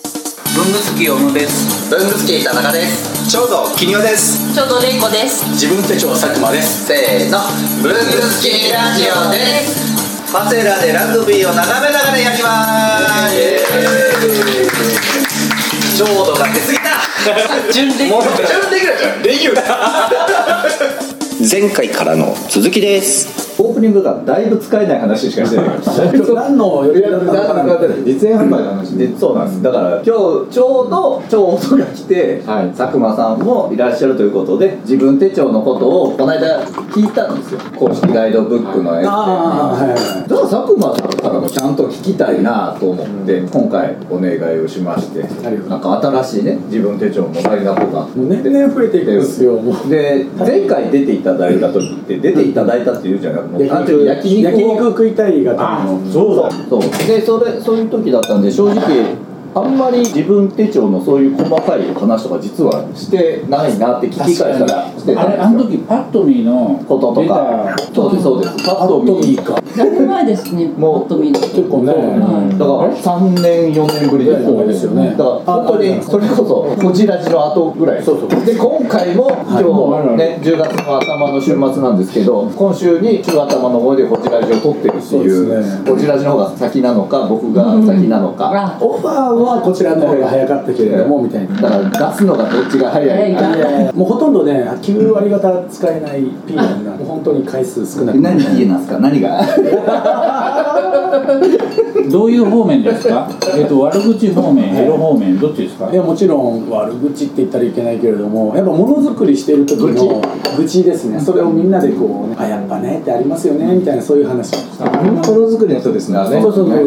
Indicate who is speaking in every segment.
Speaker 1: 文具好き小野です
Speaker 2: 文具好き田中です
Speaker 3: ちょうど金曜です
Speaker 4: ちょうどれいこです。
Speaker 3: 自分手帳佐久間です
Speaker 2: せーの文具好きラジオですパセラでラグビーを眺めながらやりますちょうどが出過ぎた 準レギュラー準レギュラーじゃんレギュラ
Speaker 3: 前回からの続きです
Speaker 5: オープニングがだいぶ使えない話しかしてないから何の予約だったのか実演販売の話でそうなんですだから今日ちょうどちょうどが来て、佐久間さんもいらっしゃるということで自分手帳のことをこの間聞いたんですよ公式ガイドブックの絵、だから佐久間さんからもちゃんと聞きたいなと思って、今回お願いをしましてなんか新しいね自分手帳もらえたとか
Speaker 6: 年々増えていくんですよもう
Speaker 5: で前回出ていただいた時って出ていただいたって言うじゃなくてもう単純に焼肉
Speaker 6: 焼
Speaker 5: を
Speaker 6: 肉食いたいがためのそうだ
Speaker 5: そうでそれそういう時だったんで正直あんまり自分手帳のそういう細かい話とか実はしてないなって聞き返したら
Speaker 1: あ
Speaker 5: して
Speaker 1: れ
Speaker 5: たんですよ
Speaker 1: あの時パッと見の
Speaker 5: こととか
Speaker 1: 出
Speaker 5: そうですそうですパッと見にだか
Speaker 4: だいぶ前ですね。
Speaker 5: もう
Speaker 4: もっと見る。
Speaker 6: 結構ね
Speaker 5: ら3年4年ぶりです
Speaker 6: そうですよね
Speaker 5: だから本当にそれこそこじらじの後ぐらい
Speaker 6: そうそう
Speaker 5: で今回も今日ね10月の頭の週末なんですけど今週に週頭の方でこじらじを撮ってるってい
Speaker 6: そうです
Speaker 5: うこじらじの方が先なのか僕が先なのか、
Speaker 4: あ、
Speaker 6: オファーはこちらの方が早かったけれどもみたいな
Speaker 5: だから出すのがどっちが早いか
Speaker 4: 早いか
Speaker 6: もうほとんどね9割方使えない P なんだもう本当に回数少なく
Speaker 5: 何言えますか何が
Speaker 1: どういう方面です かえっと悪口方面エロ方面どっちですか
Speaker 6: いやもちろん悪口って言ったらいけないけれどもやっぱものづくりしてる時の愚痴ですねそれをみんなでこう、ね、あやっぱねってありますよねみたいなそういう話をした
Speaker 3: ものづくりの人ですね
Speaker 5: ね
Speaker 6: そうそうそう
Speaker 5: うんうんう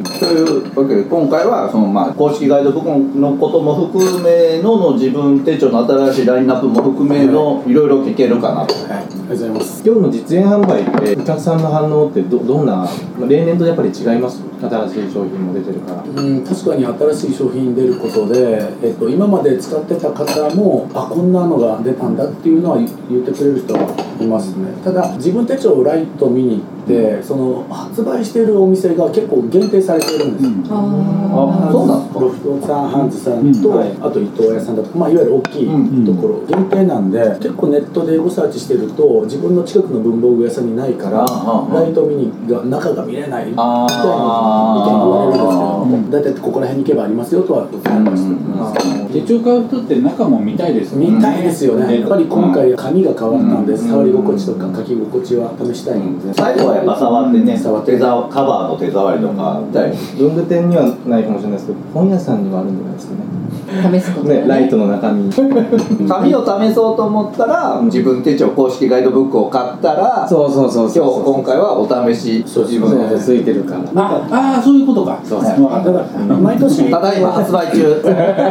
Speaker 5: んというわけで今回はそのまあ公式ガイドブックのことも含めのの自分手帳の新しいラインナップも含めのいろいろ聞けるかなと
Speaker 6: はいありがとうございます
Speaker 3: 今日の実演販売ってお客さんの反応ってどどんな、まあ、例年とやっぱり違います新しい商品も出てるから
Speaker 6: うん、確かに新しい商品出ることで、えっと、今まで使ってた方もあこんなのが出たんだっていうのは言言ってくれる人はいますねただ自分手帳をライト見に行ってその発売しているお店が結構限定されてるんですよ、
Speaker 1: うん
Speaker 4: あ
Speaker 5: あそうなんですか
Speaker 6: ロフトさん、ハンズさんと、
Speaker 1: うんはい
Speaker 6: あと伊藤屋さんだとか、まあ、いわゆる大きいところ、限定なんで結構ネットでゴサーチしてると自分の近くの文房具屋さんにないから
Speaker 5: あああ
Speaker 6: ライトミニが中が見れないみたいな意見言
Speaker 5: あ
Speaker 6: われるんですけど、
Speaker 5: あ
Speaker 6: 大体ここら辺に行けばありますよとはお伝えました、
Speaker 1: 手帳買う人って中も見たいですね
Speaker 6: 見たいですよね、
Speaker 1: うん
Speaker 6: やっぱり今回紙が変わったんで、
Speaker 5: うん
Speaker 6: 触り心地とか書き心地は試したいんで、
Speaker 5: 最後はやっぱ触ってね
Speaker 6: 触って
Speaker 5: 手触カバーの手触りとか
Speaker 3: 文具店にはないかもしれないですけど本屋さんにはあるんじゃないですかね
Speaker 4: 試すこと
Speaker 3: ねライトの中身 そう
Speaker 5: 紙を試そうと思ったら自分手帳公式ガイドブックを買ったら今
Speaker 3: そうそう
Speaker 5: 日今回はお試し
Speaker 6: そうそう
Speaker 5: 自
Speaker 3: そう
Speaker 5: 分
Speaker 3: そうついてるから
Speaker 1: ああーそういうことかそう
Speaker 5: です
Speaker 1: 分かった
Speaker 6: ただ毎年
Speaker 5: ただいま発売中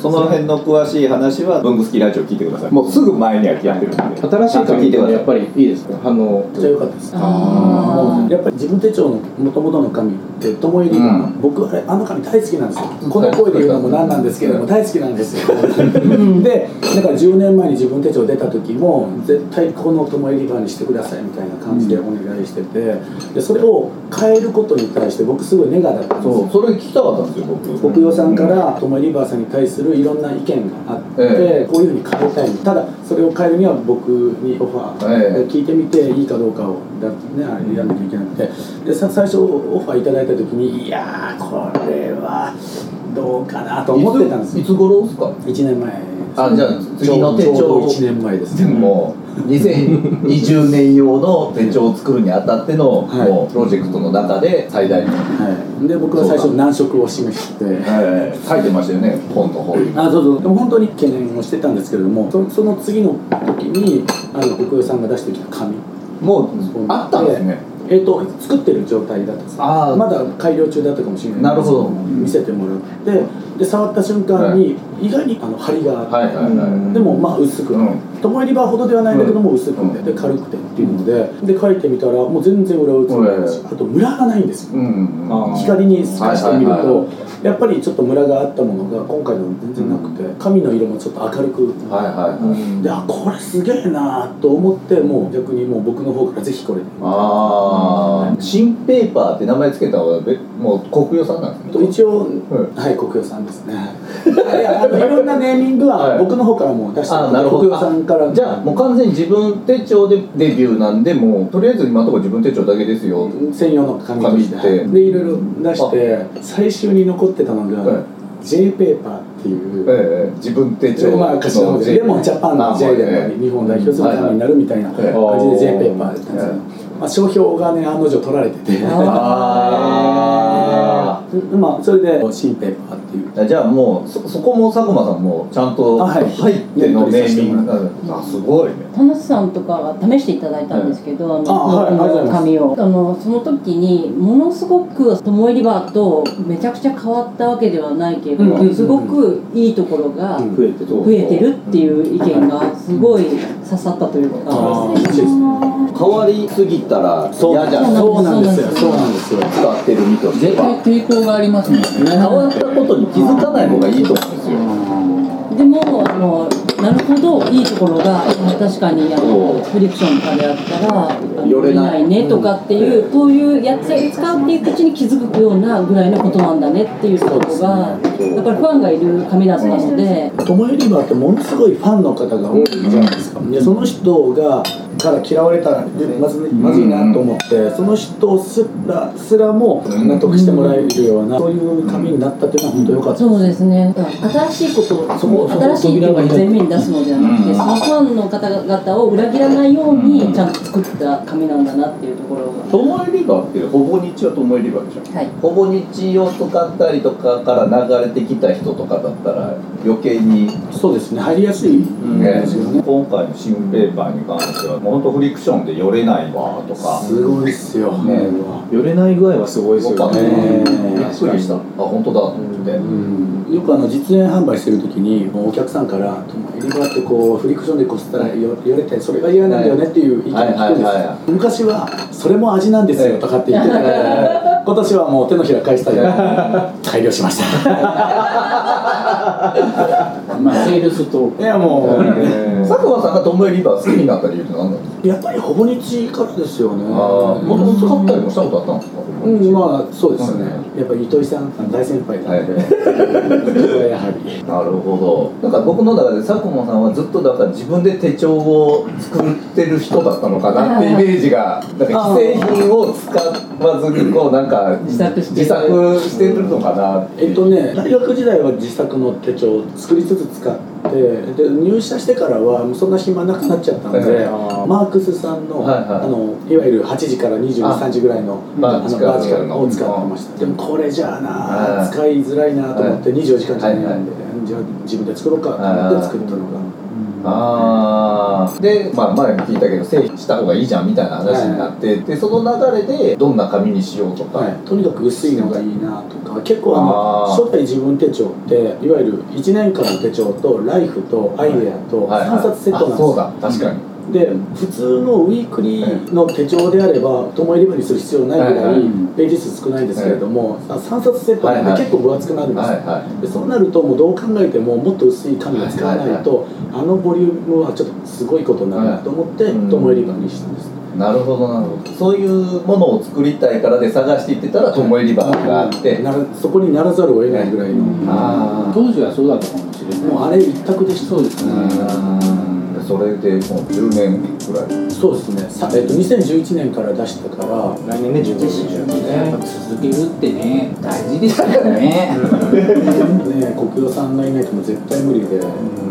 Speaker 5: その辺の詳しい話は文具好きラジオ聞いてくださいもうすぐ前にはやってるんで
Speaker 3: 新しい
Speaker 5: 聞
Speaker 3: 紙
Speaker 5: いて
Speaker 3: で
Speaker 5: くだ
Speaker 3: は
Speaker 5: さい
Speaker 3: やっぱりいいですか反応
Speaker 6: めっちゃ良かったです
Speaker 4: あ
Speaker 6: やっぱり自分手帳の元々の紙って友入りが、
Speaker 5: うん
Speaker 6: 僕あれあの紙大好きなんですよこの声で言うのもなんなんですけれども大好きなんですよ でだから10年前に自分手帳出た時も絶対この友入り版にしてくださいみたいな感じでお願いしててでそれを変えることに対して僕すごいネガだったんです
Speaker 5: そう
Speaker 6: よ
Speaker 5: それ聞きたかったんですよ僕
Speaker 6: 国用さんから友入りバーさんに対するいろんな意見があって、
Speaker 5: え
Speaker 6: こういうふうに変えたいただそれを変えるには僕にオファー、
Speaker 5: ええ
Speaker 6: 聞いてみていいかどうかをだ、ね、あれやんなきゃいけなくてでさ最初オファーいただいた時にいやーこれはどうかなと思ってたんです
Speaker 5: い
Speaker 6: よ
Speaker 5: つ頃ですか
Speaker 6: 1年前
Speaker 5: あじゃあ次の手帳
Speaker 6: ちょうど
Speaker 5: を
Speaker 6: 1年前です
Speaker 5: でも2020年用の手帳を作るにあたっての、
Speaker 6: はい
Speaker 5: もうプロジェクトの中で最大の、
Speaker 6: はい、で僕は最初難色を示して
Speaker 5: 書いてましたよね本の方に
Speaker 6: あそうそうでも本当に懸念をしてたんですけれどもそその次の時にあの国用さんが出してきた紙
Speaker 5: もう
Speaker 6: そう
Speaker 5: あったんですね
Speaker 6: えっ、と作ってる状態だったんです
Speaker 5: あー
Speaker 6: まだ改良中だったかもしれない
Speaker 5: なるほど
Speaker 6: 見せてもらってで触った瞬間に、意外にあの張りがあって、
Speaker 5: はいはいはい、
Speaker 6: でもまあ薄く、
Speaker 5: うん
Speaker 6: トモエリバーほどではないんだけども薄くて、で軽くてっていうので、で書いてみたらもう全然裏打つもないし、あとムラがないんですよ
Speaker 5: うん
Speaker 3: あー
Speaker 6: 光に透かしてみる
Speaker 5: はいはいは
Speaker 6: とやっぱりちょっとムラがあったものが今回のは全然なくて髪の色もちょっと明るく
Speaker 5: はいはいはい
Speaker 6: であこれすげえなと思ってもう逆にもう僕の方からぜひこれ
Speaker 5: ああ新ペーパーって名前つけた方がべもう国用さんなんです
Speaker 6: と
Speaker 5: ね
Speaker 6: 一応
Speaker 5: うん
Speaker 6: はい国用さんですねいやあのいろんなネーミング
Speaker 5: は
Speaker 6: はい僕の方からもう出して
Speaker 5: あーなるほど
Speaker 6: 国用さんから
Speaker 5: じゃあもう完全に自分手帳でデビューなんでもうとりあえず今のところ自分手帳だけですよ、
Speaker 6: 専用の紙として
Speaker 5: 紙って
Speaker 6: でいろいろ出して最終に残ってたのが、
Speaker 5: はい
Speaker 6: J ペーパーっていう、
Speaker 5: ええ自分手帳
Speaker 6: まあ頭文字でレモンジャパンの J でもあり日本代表する紙になるみたいな感じで
Speaker 5: は
Speaker 6: J ペーパーだったんですよ
Speaker 5: はい
Speaker 6: まあ商標がね案の定取られてて
Speaker 5: あ
Speaker 6: うんまあそれで新ペーパーっていう
Speaker 5: あじゃあもうそそこも佐久間さんもちゃんと
Speaker 6: あはい
Speaker 5: 入ってのネーミングあすごいね
Speaker 4: 田無さんとかは試していただいたんですけど、
Speaker 6: あはい
Speaker 4: あの、
Speaker 6: ありがとうご
Speaker 4: の
Speaker 6: ざいます
Speaker 4: 紙をあのその時にものすごくトモエリバーとめちゃくちゃ変わったわけではないけど、
Speaker 6: うんうんうんうん
Speaker 4: すごくいいところが
Speaker 6: うん
Speaker 3: 増えてる
Speaker 4: 増えてるっていう意見がすごい刺さったというか、
Speaker 6: あー嬉しいですね
Speaker 5: 変わりすぎたら嫌じゃん
Speaker 6: そうなんですよそうなんですよ
Speaker 5: 使ってる身として
Speaker 1: 絶対
Speaker 5: は
Speaker 1: 抵抗がありますもんね
Speaker 5: 変わったことに気づかない方がいいと思うんですよ
Speaker 4: でもあのなるほどいいところが確かにあのフリクションとかであったらあの
Speaker 5: よれない
Speaker 4: よねとかっていう、そういうやつを使っていくうちに気づくようなぐらいのことなんだねっていうところが、やっぱりファンがいる紙だったので、
Speaker 6: トモエリバーってものすごいファンの方が多いじゃないですか、でその人がから嫌われたらでまず,、まずいなと思って、その人すらすらも納得してもらえるような、そういう紙になったっていうのは本当良かった、
Speaker 4: そうですね新しいこと
Speaker 6: そこ
Speaker 4: を
Speaker 6: そこ
Speaker 4: 新しいっていうのを前面に出すのではなくて、そのファンの方々を裏切らないようにちゃんと作った紙なんだなっていうところが。
Speaker 5: トモエリバーってほぼ日はトモエリバーでしょ
Speaker 4: はい
Speaker 5: ほぼ日を使ったりとかから流れてきた人とかだったら余計に
Speaker 6: そうですね入りやすい
Speaker 5: ね
Speaker 6: ですよね、
Speaker 5: 今回の新ペーパーに関してはもうほんとフリクションでよれないわとか
Speaker 6: すごいっすよ、
Speaker 5: ね
Speaker 6: これは
Speaker 3: 寄れない具合はすごいです
Speaker 5: よか
Speaker 3: よ
Speaker 5: った
Speaker 3: ね
Speaker 5: ね
Speaker 6: ね
Speaker 5: びっくりしたあ本当だと思って
Speaker 6: うんよくあの実演販売してる時にお客さんから「トモエリバーってこうフリクションでこすったらよよれてそれが嫌なんだよね」っていう意見を聞くんですよ、
Speaker 5: はいはいはいは
Speaker 6: 昔は「それも味なんですよ」とかって言ってたけど今年はもう手のひら返したよ改良しました
Speaker 1: まあセールストーク
Speaker 6: いやも
Speaker 5: 佐久間さんがトムエリバー好きになった理由って何なんですか
Speaker 6: うやっぱりほぼ日からですよね
Speaker 5: もともと使ったりもしたことあったんですか
Speaker 6: うん、まあそうですね、
Speaker 5: う
Speaker 6: やっぱり糸井さん大先輩なので、
Speaker 5: は
Speaker 6: こ れはやはり
Speaker 5: なるほどだから僕の中で佐久間さんはずっとだから自分で手帳を作ってる人だったのかなってイメージがなんか既製品を使わずにこうなんか
Speaker 4: 自作してる
Speaker 5: 自作してるのかなって
Speaker 6: えっとね大学時代は自作の手帳を作りつつ使ってで入社してからはもうそんな暇なくなっちゃったので、
Speaker 5: は
Speaker 6: マークスさんの,、
Speaker 5: はい
Speaker 6: い
Speaker 5: はい
Speaker 6: あのいわゆる8時から23時ぐらいのあ
Speaker 5: バー
Speaker 6: の
Speaker 5: チカルの
Speaker 6: バーチカルのを使ってました、でもこれじゃあなあ、
Speaker 5: はい
Speaker 6: 使いづらいなと思って24時間じゃないんで、
Speaker 5: はい
Speaker 6: じゃあ自分で作ろうかと思って作ったのが、
Speaker 5: ああで、まあ、前も聞いたけど製品した方がいいじゃんみたいな話になって、でその流れでどんな紙にしようとか、
Speaker 6: はい、とにかく薄いのがいいなとか結構あの
Speaker 5: あー
Speaker 6: 初代自分手帳っていわゆる1年間の手帳とライフとアイデアと
Speaker 5: はい
Speaker 6: 3冊セット
Speaker 5: あ
Speaker 6: なんですよ、
Speaker 5: そうだ確かに、
Speaker 6: で普通のウィークリーの手帳であればトモエリバにする必要ないぐ
Speaker 5: は
Speaker 6: ら
Speaker 5: い
Speaker 6: い
Speaker 5: はい
Speaker 6: ページ数少ないんですけれども、あ3冊セットなんで結構分厚くなるんです
Speaker 5: は
Speaker 6: よ、
Speaker 5: いは
Speaker 6: でそうなるともうどう考えてももっと薄い紙を使わないと、あのボリュームはちょっとすごいことになるなと思って、
Speaker 5: いうん
Speaker 6: トモエリバにしたんです、
Speaker 5: いなるほどなるほどそういうものを作りたいからで探していってたらトモエリバーがあって、
Speaker 6: ならそこにならざるを得ないぐらいの、
Speaker 5: あー
Speaker 1: 当時はそうだったかもしれない
Speaker 6: もうあれ一択でした
Speaker 1: そうですね
Speaker 5: うんそれでもう10年ぐらい
Speaker 6: そうですね、さえっと、2011年から出したから
Speaker 3: 来年ね15
Speaker 1: やっぱ続けるってね大事ですよね
Speaker 6: ね、国用さんがいないともう絶対無理で、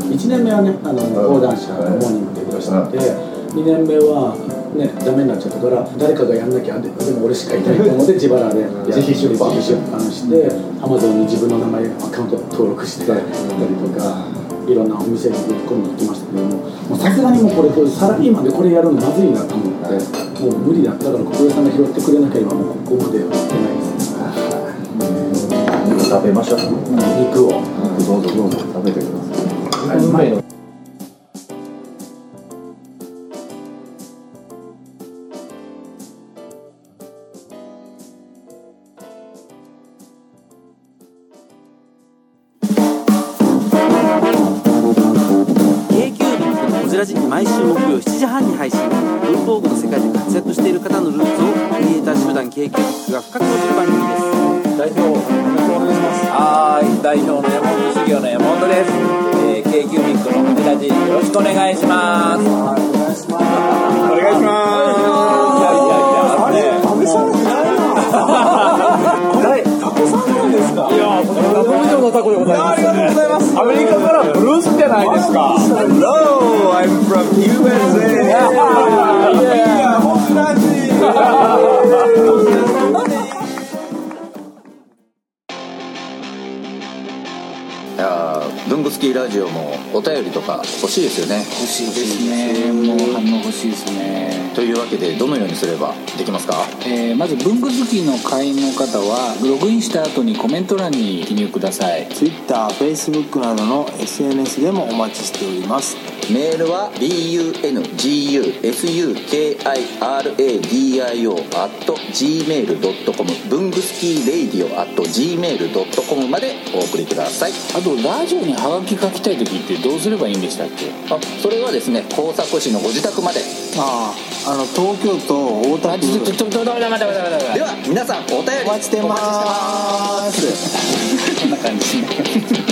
Speaker 6: 1年目はねあの講談社のモーニングでいらっしゃって、2年目は、ね、ダメになっちゃったから誰かがやんなきゃででも俺しかいないと思って自腹で
Speaker 5: 自費出版
Speaker 6: 自費出版してアマゾンに自分の名前アカウント登録してやったりとか。いろんなお店にぶっ込んで行きましたけどももうさすがにもうこれこれサラリーマンでこれやるのまずいなと思ってもう無理だだから国用さんが拾ってくれなければもうここまでは行けないですね
Speaker 5: 食べましょう
Speaker 6: 肉を
Speaker 5: どうぞどうぞ食べてください
Speaker 1: あれうまいの
Speaker 7: ジラジ毎週木曜7時半に配信文房具の世界で活躍している方のルーツをクリエイター集団 KQ が深く落ちる番組です代表お願いします
Speaker 2: はーい、代表の山本修行の山本です。えー、K キュービックのホジラジ、よろしくお願いします。お願いします。お願いします。いやいやいや、あれ、食べされてないな。誰、タコさんなんですか。いや、タコ以上のタコでございます。ありがとうございます。アメリカからブルースじゃないですか。Hello, I'm from USA. いや、ホジラジ。
Speaker 5: いやー文具好きラジオもお便りとか欲しいですよね
Speaker 1: 欲しいですねもう反応欲しいですね
Speaker 5: というわけでどのようにすればできますか
Speaker 1: えーまず文具好きの会員の方はログインした後にコメント欄に記入ください
Speaker 7: TwitterFacebook などの SNS でもお待ちしております
Speaker 5: メールは bungusukradio.gmail.com 文具スキーレイディオ .gmail.com までお送りください
Speaker 1: あとラジオにハガキ書きたい時ってどうすればいいんでしたっけ
Speaker 5: あそれはですね工作士のご自宅まで
Speaker 7: あああの東京都大田
Speaker 1: あちょっと
Speaker 7: 区
Speaker 1: ちょっとちょっと待って待って待って待って
Speaker 5: では皆さんお便り
Speaker 7: お待ちしてます
Speaker 5: お待ちし
Speaker 1: こ
Speaker 5: てます
Speaker 1: んな感じ